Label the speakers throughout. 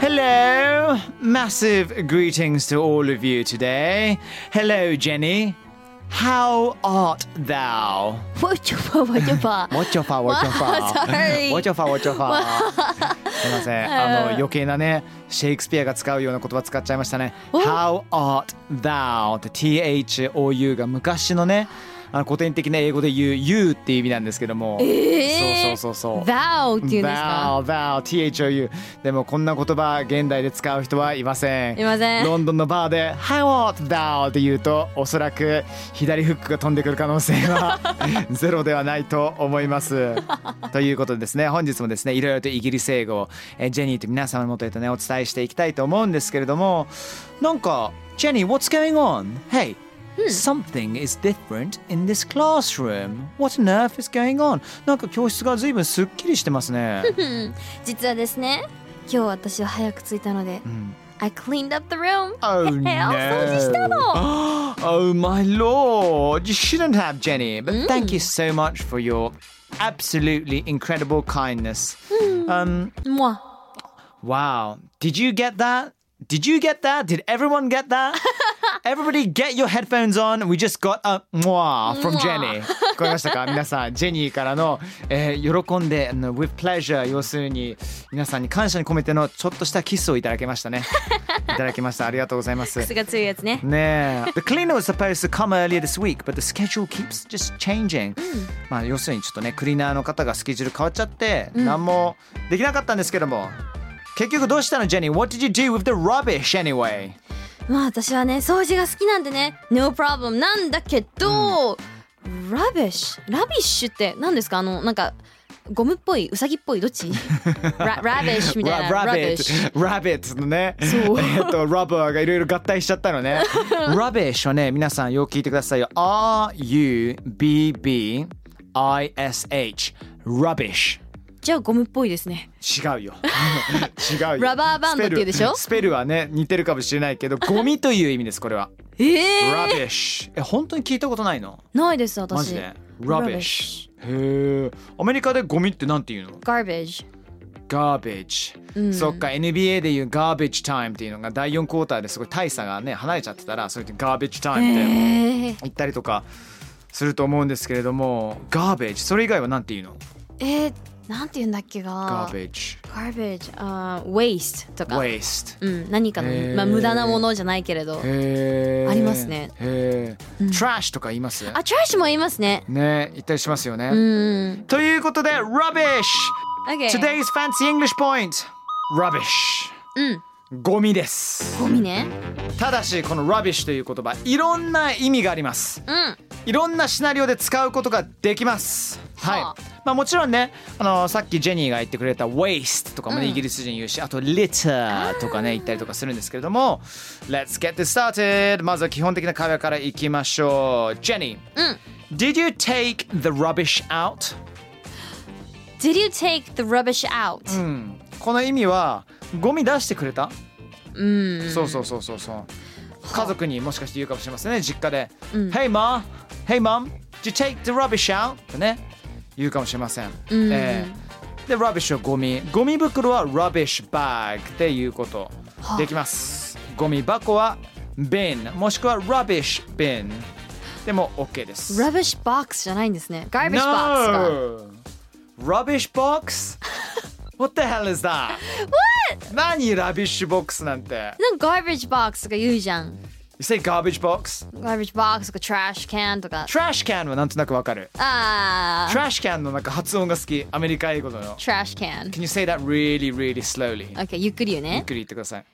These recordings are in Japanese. Speaker 1: Hello. Massive greetings to all of you today. Hello, Jenny. How art thou?
Speaker 2: Wachofa, wachofa.
Speaker 1: もちょぱもちょ
Speaker 2: わ
Speaker 1: ぱ
Speaker 2: sorry
Speaker 1: もちょぱもちょぱすいませんあの余計なねシェイクスピアが使うような言葉使っちゃいましたね「How art thou」って THOU が昔のねあの古典的な英語で言う「You」っていう意味なんですけども、
Speaker 2: えー
Speaker 1: そうそうそうそう
Speaker 2: Thou っていうんですか
Speaker 1: Thou, thou, THOU でもこんな言葉現代で使う人はいません
Speaker 2: いません
Speaker 1: ロンドンのバーで「How art thou」って言うとおそらく左フックが飛んでくる可能性はゼロではないと思います。ということでですね本日もですねいろいろとイギリス英語をえージェニーと皆様のもとへとねお伝えしていきたいと思うんですけれどもなんか「ジェニー what's going on? Hey!」Something is different in this classroom. What on earth is going on? なんか教室が随分すっきりしてますね。
Speaker 2: 実はですね、今日私は早く着いたので、I cleaned up the room.
Speaker 1: Oh
Speaker 2: え
Speaker 1: no!
Speaker 2: えお掃除したの
Speaker 1: Oh my lord! You shouldn't have, Jenny. But thank you so much for your absolutely incredible kindness. Um,
Speaker 2: もう
Speaker 1: wow. Did you get that? Did you get that? Did everyone get that? Everybody get your headphones on. We just got a mwah from Jenny. 聞こえましたか皆さん、ジェニーからの、えー喜んで、あの uh, with pleasure、要するに皆さんに感謝に込めてのちょっとしたキスをいただけましたね。いただきました。ありがとうございます。
Speaker 2: 癖が強いやつね。
Speaker 1: ねえ。The cleaner was supposed to come earlier this week, but the schedule keeps just changing.、まあ要するにちょっとね、クリーナーの方がスケジュール変わっちゃって、何もできなかったんですけども。結局どうしたの、ジェニー ?What did you do with the rubbish anyway?
Speaker 2: まあ私はね、掃除が好きなんでね、No problem なんだけど、ラビッシュ、ラビッシュって何ですかあの、なんか、ゴムっぽい、ウサギっぽい、どっちララビッシュみたいな。ラビッシュ。
Speaker 1: ット、ラビットのね、 えっと、ラバーがいろいろ合体しちゃったのね。ラビッシュはね、皆さんよく聞いてくださいよ。R-U-B-B-I-S-H。rubbish。
Speaker 2: じゃあゴムっぽいですね。
Speaker 1: 違うよ 違うよ
Speaker 2: ラバーバンドっていうでしょ
Speaker 1: スペルスペルはね似てるかもしれないけどゴミという意味ですこれは
Speaker 2: ええ
Speaker 1: rubbish え本当に聞いたことないの
Speaker 2: ないです私。
Speaker 1: マジで rubbish へえアメリカでゴミってなんて言うの
Speaker 2: Garbage。
Speaker 1: garbage、そっか NBA でいう garbage time っていうのが第4クォーターですごい大差がね離れちゃってたらそれで garbage time って
Speaker 2: ええ
Speaker 1: 言ったりとかすると思うんですけれども garbage それ以外はなんて言うの
Speaker 2: えー、なんて言うんだっけが
Speaker 1: garbage
Speaker 2: Garbage あー waste とか、
Speaker 1: waste
Speaker 2: うん、何かの、
Speaker 1: へー
Speaker 2: まあ、無駄なものじゃないけれど
Speaker 1: へー
Speaker 2: ありますね
Speaker 1: へえ、トラッシュとか言います
Speaker 2: あ trash も言いますね
Speaker 1: ね言ったりしますよね、
Speaker 2: うん
Speaker 1: ということで Rubbish
Speaker 2: OK
Speaker 1: Today's fancy English point Rubbish
Speaker 2: うん
Speaker 1: ゴミです
Speaker 2: ゴミね
Speaker 1: ただしこの Rubbish という言葉いろんな意味があります
Speaker 2: うん
Speaker 1: いろんなシナリオで使うことができますはい、
Speaker 2: はあ
Speaker 1: まあ、もちろんねあのさっきジェニーが言ってくれた Waste とかもね、
Speaker 2: うん
Speaker 1: イギリス人言うしあと Litter とかね言ったりとかするんですけれども Let's get this started まずは基本的な会話からいきましょうジェニー
Speaker 2: うん
Speaker 1: Did you take the rubbish out?
Speaker 2: Did you take the rubbish out?
Speaker 1: うん、この意味はゴミ出してくれた、
Speaker 2: うん、
Speaker 1: そうそうそうそうそう家族にもしかして言うかもしれませんね実家で「
Speaker 2: うん
Speaker 1: Hey mom! Hey mom! Did you take the rubbish out?」ってね言うかもしれません、
Speaker 2: ん
Speaker 1: ええで rubbish はゴミゴミ袋は rubbish bag っていうことできますゴミ箱は bin もしくは rubbish bin でも OK です。
Speaker 2: Rubbish box じゃないんですね。Garbage box か。
Speaker 1: No! Rubbish box? What the hell is that? What? 何ラビッシュボックスなんて。
Speaker 2: なんか garbage box とか言うじゃ
Speaker 1: You
Speaker 2: ん。
Speaker 1: say garbage box?
Speaker 2: garbage box とか trash can とか。
Speaker 1: Trash can はなんとなくわかる。
Speaker 2: ああ。
Speaker 1: Trash can のなんか発音が好き。アメリカ英語の。
Speaker 2: trash can。
Speaker 1: Can you say that really, really slowly?
Speaker 2: OK、ゆっくり言う
Speaker 1: ゆっ
Speaker 2: ね。
Speaker 1: くり言ってください。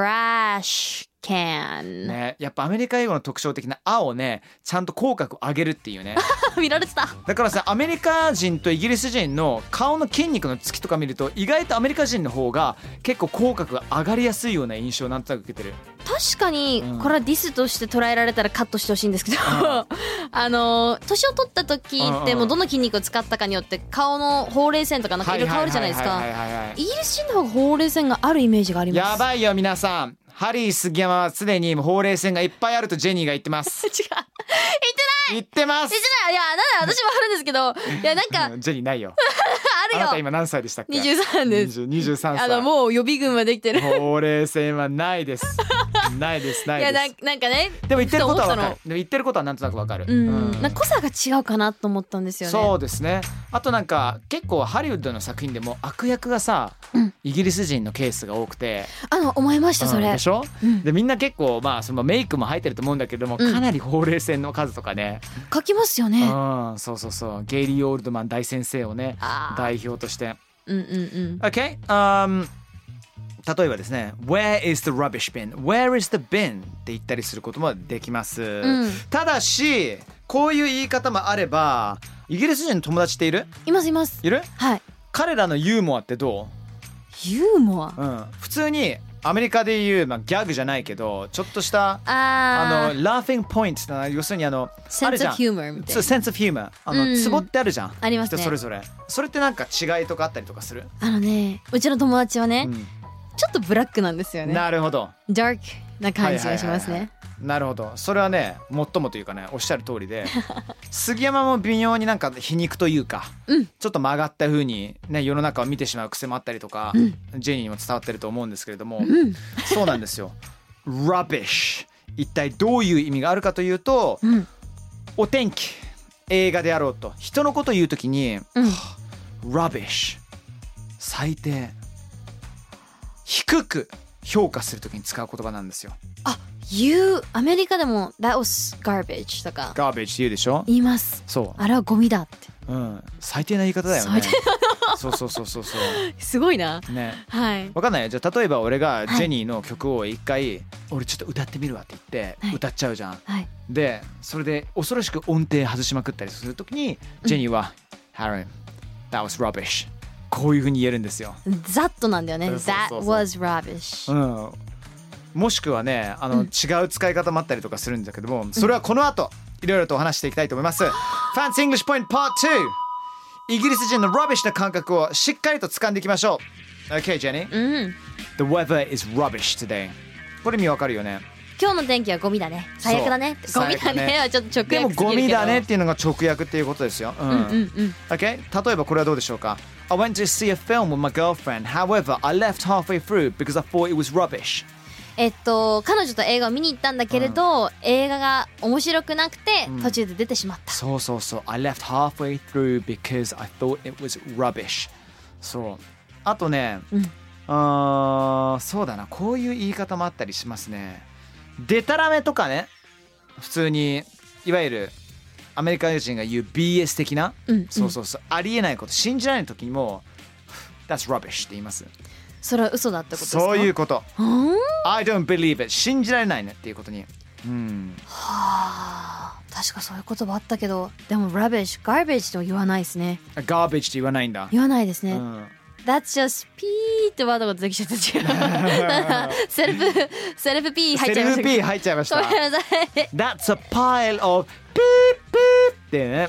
Speaker 2: trash can。
Speaker 1: ね、やっぱアメリカ英語の特徴的な「あ」をねちゃんと口角上げるって いうね
Speaker 2: 見られてた。
Speaker 1: だからさアメリカ人とイギリス人の顔の筋肉のつきとか見ると意外とアメリカ人の方が結構口角が上がりやすいような印象をなんとなく受けてる
Speaker 2: 確かに
Speaker 1: うん
Speaker 2: これはディスとして捉えられたらカットしてほしいんですけど、 あの年を取った時って
Speaker 1: うん
Speaker 2: もうどの筋肉を使ったかによって顔のほうれい線とかなんか色々変わるじゃないです
Speaker 1: は
Speaker 2: か
Speaker 1: ははいはいはい
Speaker 2: イギリス人の方がほうれい線があるイメージがあります
Speaker 1: やばいよ皆さんハリー杉山は常にほうれい線がいっぱいあるとジェニーが言ってます
Speaker 2: 違う言ってない
Speaker 1: 言ってます
Speaker 2: 言ってないいやなんだ私もあるんですけどいやなんか
Speaker 1: うんジェニーないよあな
Speaker 2: あ
Speaker 1: た
Speaker 2: るよ
Speaker 1: 今何歳でしたっけ
Speaker 2: 23です
Speaker 1: 20 23歳
Speaker 2: あのもう予備軍はできてるい
Speaker 1: ほうれい線はない ですないですないです
Speaker 2: やなんなんかね
Speaker 1: でも言ってることはわか
Speaker 2: ふと思
Speaker 1: る
Speaker 2: っ。
Speaker 1: でも言ってることはなんとなくわかる。
Speaker 2: たのうんなんか濃さが違うかなと思ったんですよね
Speaker 1: そうですね。あとなんか結構ハリウッドの作品でも悪役がさ、イギリス人のケースが多くて、
Speaker 2: あの思いましたそ
Speaker 1: うん
Speaker 2: れ
Speaker 1: でしょ？
Speaker 2: うん
Speaker 1: でみんな結構まあそのメイクも入ってると思うんだけども、
Speaker 2: うん
Speaker 1: かなりほうれい線の数とかね。
Speaker 2: 書きますよ
Speaker 1: う
Speaker 2: ね
Speaker 1: ん、そうそうそう。ゲイリー・オールドマン大先生をね
Speaker 2: あー
Speaker 1: 代表として。
Speaker 2: うんうんうん
Speaker 1: OK、um 例えばですね、Where is the rubbish bin? Where is the bin? って言ったりすることもできます。
Speaker 2: ん
Speaker 1: ただし、こういう言い方もあれば、イギリス人の友達っている
Speaker 2: いますいます
Speaker 1: いる
Speaker 2: はい
Speaker 1: 彼らのユーモアってど
Speaker 2: ユーモア
Speaker 1: う、うん、普通にアメリカで言う、まあ、ギャグじゃないけど、ちょっとした、
Speaker 2: あ
Speaker 1: あの、ラーフィングポイントな、要するにあの、
Speaker 2: セ
Speaker 1: あ
Speaker 2: ン
Speaker 1: る
Speaker 2: ス
Speaker 1: じゃ
Speaker 2: オフ
Speaker 1: ん。
Speaker 2: ヒューモアみた
Speaker 1: そ
Speaker 2: い
Speaker 1: う、
Speaker 2: な
Speaker 1: センスフヒューマー。あの、
Speaker 2: うん
Speaker 1: ツボってあるじゃん。
Speaker 2: ありますね
Speaker 1: 人それぞれ。それってなんか違いとかあったりとかする、
Speaker 2: あのねうちの友達はね、
Speaker 1: うん
Speaker 2: ちょっとブラックなんですよね
Speaker 1: なるほど。
Speaker 2: ダークな感じがします
Speaker 1: はいはいはいはい
Speaker 2: ね
Speaker 1: なるほどそれはねもっともというかねおっしゃる通り で杉山も微妙になんか皮肉というか、
Speaker 2: うん
Speaker 1: ちょっと曲がった風にね世の中を見てしまう癖もあったりとか、ジェニーにも伝わってると思うんですけれども、そうなんですよ rubbish 一体どういう意味があるかというと、
Speaker 2: ん
Speaker 1: お天気映画であろうと人のことを言うときに、
Speaker 2: うん
Speaker 1: rubbish 最低低く評価するときに使う言葉なんですよ
Speaker 2: あ You アメリカでも That was garbage とか
Speaker 1: garbage 言うでしょ
Speaker 2: 言います
Speaker 1: そ
Speaker 2: あれはゴミだって
Speaker 1: う、うん、最低な言い方だよね
Speaker 2: 最低。
Speaker 1: そうそうそうそうそ
Speaker 2: すごいな
Speaker 1: う。ね、
Speaker 2: はい
Speaker 1: わかんないよ。じゃあ例えば俺が
Speaker 2: はい
Speaker 1: ジェニーの曲を一回、俺ちょっと歌ってみるわって言って、
Speaker 2: はい
Speaker 1: 歌っちゃうじゃん。
Speaker 2: はい
Speaker 1: で、それで恐ろしく音程外しまくったりするときに、ジェニーは、ハリー、that was rubbish。こういうふうに言えるんですよ。
Speaker 2: ざっとなんだよね
Speaker 1: そうそう
Speaker 2: That
Speaker 1: そう
Speaker 2: was rubbish
Speaker 1: うん。もしくはね、あの、違う使い方もあったりとかするんだけども、それはこの後、いろいろとお話していきたいと思います。Fancy English Point Part 2! イギリス人の rubbish な感覚をしっかりと掴んでいきましょう。Okay, Jenny.
Speaker 2: うん
Speaker 1: The weather is rubbish today. これ意味わかるよね。
Speaker 2: 今日の天気はゴミだね最悪だねって
Speaker 1: そう
Speaker 2: ゴミだ
Speaker 1: 最悪だね
Speaker 2: ね はちょっと直訳すぎ
Speaker 1: で
Speaker 2: る
Speaker 1: も
Speaker 2: けど
Speaker 1: ゴミだねっていうのが直訳っていうことですよ。うん。
Speaker 2: うんうんうん
Speaker 1: Okay? 例えばこれはどうでしょうか I went to see a film with my girlfriend. However, I left halfway through because I thought it was rubbish.
Speaker 2: えっと彼女と映画を見に行ったんだけれど、映画が面白くなくて、
Speaker 1: うん
Speaker 2: 途中で出てしまった
Speaker 1: そうそうそう。I left halfway through because I thought it was rubbish. そう。あとね、
Speaker 2: うん
Speaker 1: あーそうだな。こういう言い方もあったりしますね。でたらめとかね、普通に、いわゆるアメリカ人が言う BS 的な、
Speaker 2: うん
Speaker 1: そうそうそう、ありえないこと、信じられない時にも、That's rubbish って言います。
Speaker 2: それは嘘だってことですか
Speaker 1: そういうこと。
Speaker 2: うんは
Speaker 1: I don't believe it. 信じられないねっていうことに。うん。
Speaker 2: あ確かそういう言葉あったけどでも rubbish garbage とは言わないですね
Speaker 1: garbage って言わないんだ。
Speaker 2: 言わないですね、
Speaker 1: うん、
Speaker 2: that's just ピーってワードが出てきちゃっ た違う セルフセルフピー入っちゃいました
Speaker 1: セルフ P 入っちゃいました。
Speaker 2: ごめんなさい
Speaker 1: That's a pile of ピーピーってね、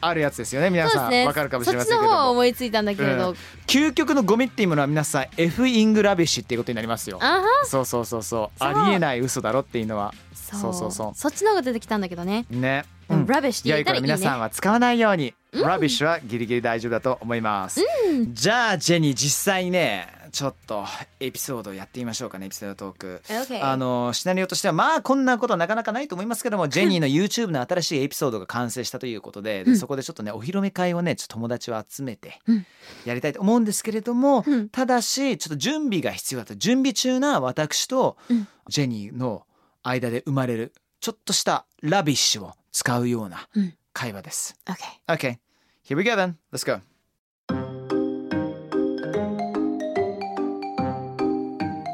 Speaker 1: あるやつですよね皆
Speaker 2: そうで
Speaker 1: さ
Speaker 2: す
Speaker 1: ん、
Speaker 2: ね
Speaker 1: わかるかもしれません
Speaker 2: そ
Speaker 1: け
Speaker 2: っ
Speaker 1: ど
Speaker 2: ちの方は
Speaker 1: も
Speaker 2: 思いついたんだけれど、
Speaker 1: うん究極のゴミっていうものは皆さん F イングラビッシュっていうことになりますよ
Speaker 2: あは
Speaker 1: そうそうそうそう
Speaker 2: そう
Speaker 1: ありえない嘘だろっていうのは
Speaker 2: そう
Speaker 1: そうそうそ
Speaker 2: っちの方が出てきたんだけどね、
Speaker 1: うね、
Speaker 2: でも rubbish って
Speaker 1: 良
Speaker 2: 言
Speaker 1: い
Speaker 2: っ
Speaker 1: か
Speaker 2: たら
Speaker 1: ら
Speaker 2: いいね
Speaker 1: 皆さんは使わないように、ラビッシュはギリギリ大丈夫だと思います、じゃあジェニー実際にねちょっとエピソードやってみましょうかねエピソードトーク。
Speaker 2: Okay.
Speaker 1: あのシナリオとしてはまあこんなことなかなかないと思いますけど もジェニーの YouTube の新しいエピソードが完成したということででそこでちょっとねお披露目会をねちょっと友達を集めて
Speaker 2: うん
Speaker 1: やりたいと思うんですけれども
Speaker 2: うん
Speaker 1: ただしちょっと準備が必要だと準備中な私と
Speaker 2: うん
Speaker 1: ジェニーの間で生まれるちょっとしたラビッシュを使うような
Speaker 2: うん
Speaker 1: 会話です。
Speaker 2: okay.
Speaker 1: Okay, here we go then. Let's go.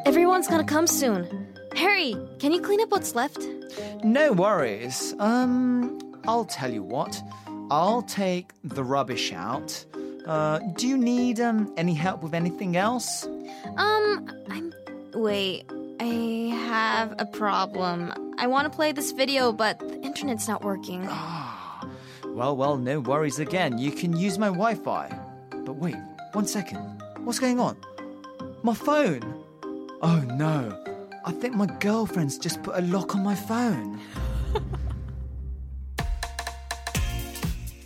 Speaker 2: Everyone's gonna come soon. Harry, can you clean up what's left?
Speaker 1: No worries. Um, I'll tell you what. I'll take the rubbish out. Uh, do you need um any help with anything else?
Speaker 2: Um, I'm. Wait, I have a problem. I wanna play this video, but the internet's not working.
Speaker 1: Ah, well, well, no worries again. You can use my Wi-Fi. But wait, one second. What's going on? My phone. Oh no. I think my girlfriend's just put a lock on my phone.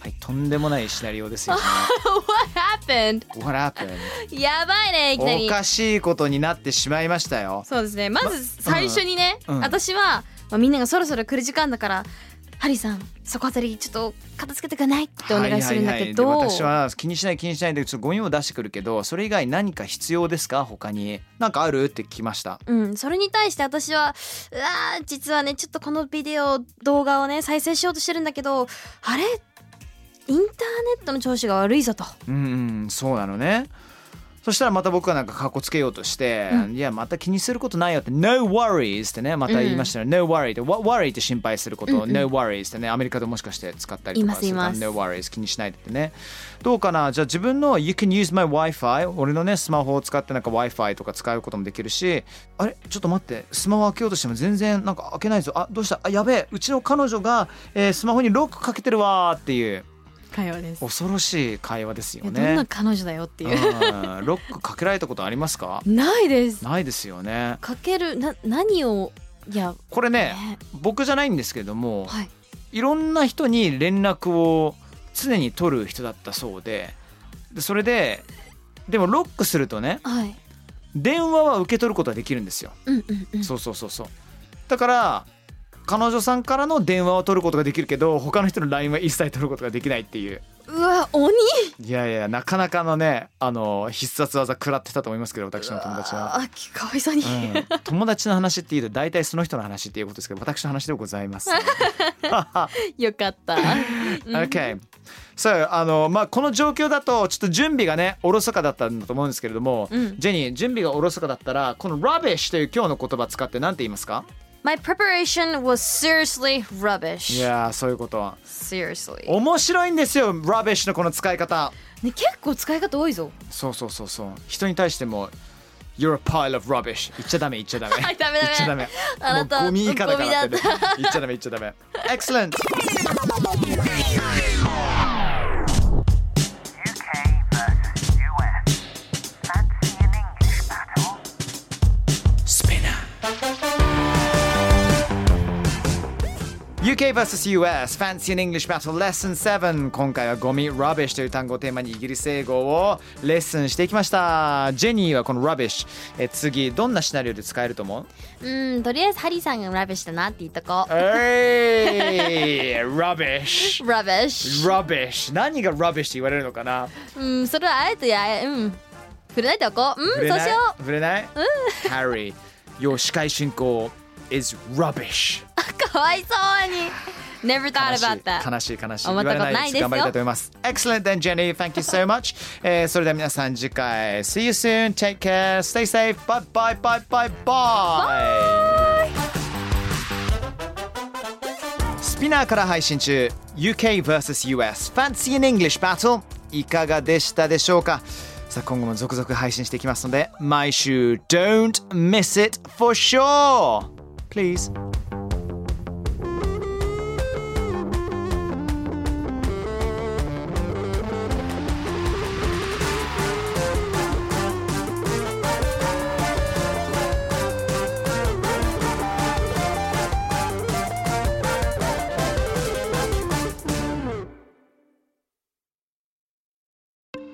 Speaker 1: はい、とんでもないシナリオですよ、ね。
Speaker 2: what happened?
Speaker 1: What happened?
Speaker 2: やばいね、いきな
Speaker 1: お
Speaker 2: り。
Speaker 1: かしいことになってしまいましたよ。
Speaker 2: そうですね。まず最初にね、
Speaker 1: うん
Speaker 2: 私は、まあ、みんながそろそろ来る時間だから、ハリーさん、そこあたりちょっと片付けてくれないってお願いするんだけど、
Speaker 1: はいはいはいで私は気にしない気にしないでちょっとゴミを出してくるけどそれ以外何か必要ですか他に何かあるって聞きました。
Speaker 2: うん、それに対して私は、うわー実はね、ちょっとこのビデオ、動画をね、再生しようとしてるんだけど、あれインターネットの調子が悪いぞと。
Speaker 1: うん、うん、そうなのね。そしたらまた僕がなんかかっこつけようとして、いやまた気にすることないよって「No worries」ってねまた言いましたよ、ね No worry」って「What worry」って心配することを「No worries」ってねアメリカでもしかして使ったりとかするから
Speaker 2: いますいま
Speaker 1: No
Speaker 2: す
Speaker 1: worries」気にしないでってねどうかなじゃあ自分の「You can use my Wi-Fi」俺のねスマホを使ってなんか Wi-Fi とか使うこともできるしあれちょっと待ってスマホ開けようとしても全然なんか開けないぞあどうしたあやべえうちの彼女が、えースマホにロックかけてるわーっていう
Speaker 2: 会話です。
Speaker 1: 恐ろしい会話ですよ
Speaker 2: いや
Speaker 1: ね。
Speaker 2: どんな彼女だよっていう。
Speaker 1: うんロックかけられたことありますか
Speaker 2: ないです。
Speaker 1: ないですよね
Speaker 2: かける、な、何を、いや、
Speaker 1: これね
Speaker 2: ね
Speaker 1: 僕じゃないんですけれども
Speaker 2: はい。
Speaker 1: いろんな人に連絡を常に取る人だったそうででそれででもロックするとね
Speaker 2: はい。
Speaker 1: 電話は受け取ることはできるんですよ
Speaker 2: うんうんうん。
Speaker 1: そうそうそうそうだから彼女さんからの電話を取ることができるけど他の人の LINE は一切取ることができないっていう
Speaker 2: うわ、鬼
Speaker 1: いやいやなかなかのねあの必殺技食らってたと思いますけど私の友達は。
Speaker 2: あ、かわいそうに。
Speaker 1: うん友達の話っていうと大体その人の話っていうことですけど私の話ではござい ます。
Speaker 2: よかった。
Speaker 1: okay. So, あのまあこの状況だとちょっと準備がねおろそかだったんだと思うんですけれども、
Speaker 2: うん
Speaker 1: ジェニー準備がおろそかだったらこの rubbish という今日の言葉使って何て言いますか
Speaker 2: My preparation was seriously
Speaker 1: い
Speaker 2: rubbish.
Speaker 1: やーそういうこと。
Speaker 2: Seriously.
Speaker 1: 面白いんですよ rubbish のこの使い方。
Speaker 2: ね、結構使い方多いぞ。
Speaker 1: そうそうそうそう人に対しても You're a pile of rubbish 言っちゃダメ言っちゃダメ言
Speaker 2: いダメダメ
Speaker 1: っちゃダメ
Speaker 2: あなた
Speaker 1: もうゴミ以下だからって、ね
Speaker 2: ゴミだ、
Speaker 1: 言っちゃダメ言っちゃダメ Excellent
Speaker 3: UK versus US. Fancy an English battle?
Speaker 1: スピナー UK vs US Fancy in English Battle Lesson 7今回はゴミ Rubbish という単語をテーマにイギリス英語をレッスンしてきましたジェニーはこの Rubbish え次どんなシナリオで使えると思う
Speaker 2: うん、とりあえずハリーさんがラビッシュだなって言っとこう。
Speaker 1: えい Rubbish
Speaker 2: ラビッシュ。
Speaker 1: Rubbish 何が Rubbish って言われるのかな
Speaker 2: うん、それはあえてや、うん。触れないでおこう。うん、
Speaker 1: 触れ
Speaker 2: そう
Speaker 1: ない
Speaker 2: し よう。
Speaker 1: 触れない Harry your 司会進行 is rubbish
Speaker 2: かわいそうに。Never thought
Speaker 1: 悲し
Speaker 2: about
Speaker 1: い
Speaker 2: that.
Speaker 1: 悲しい悲しい
Speaker 2: 思ったこ
Speaker 1: 言
Speaker 2: と
Speaker 1: われ
Speaker 2: ないですよ
Speaker 1: 頑張りたいと思います Excellent then Jenny thank you so much、え ー、それでは皆さん次回 See you soon take care stay safe bye bye bye bye bye スピナーから配信中 UK vs.US Fancy in English Battle いかがでしたでしょうかさあ今後も続々配信していきますので毎週 Don't miss it for sure Please
Speaker 4: English.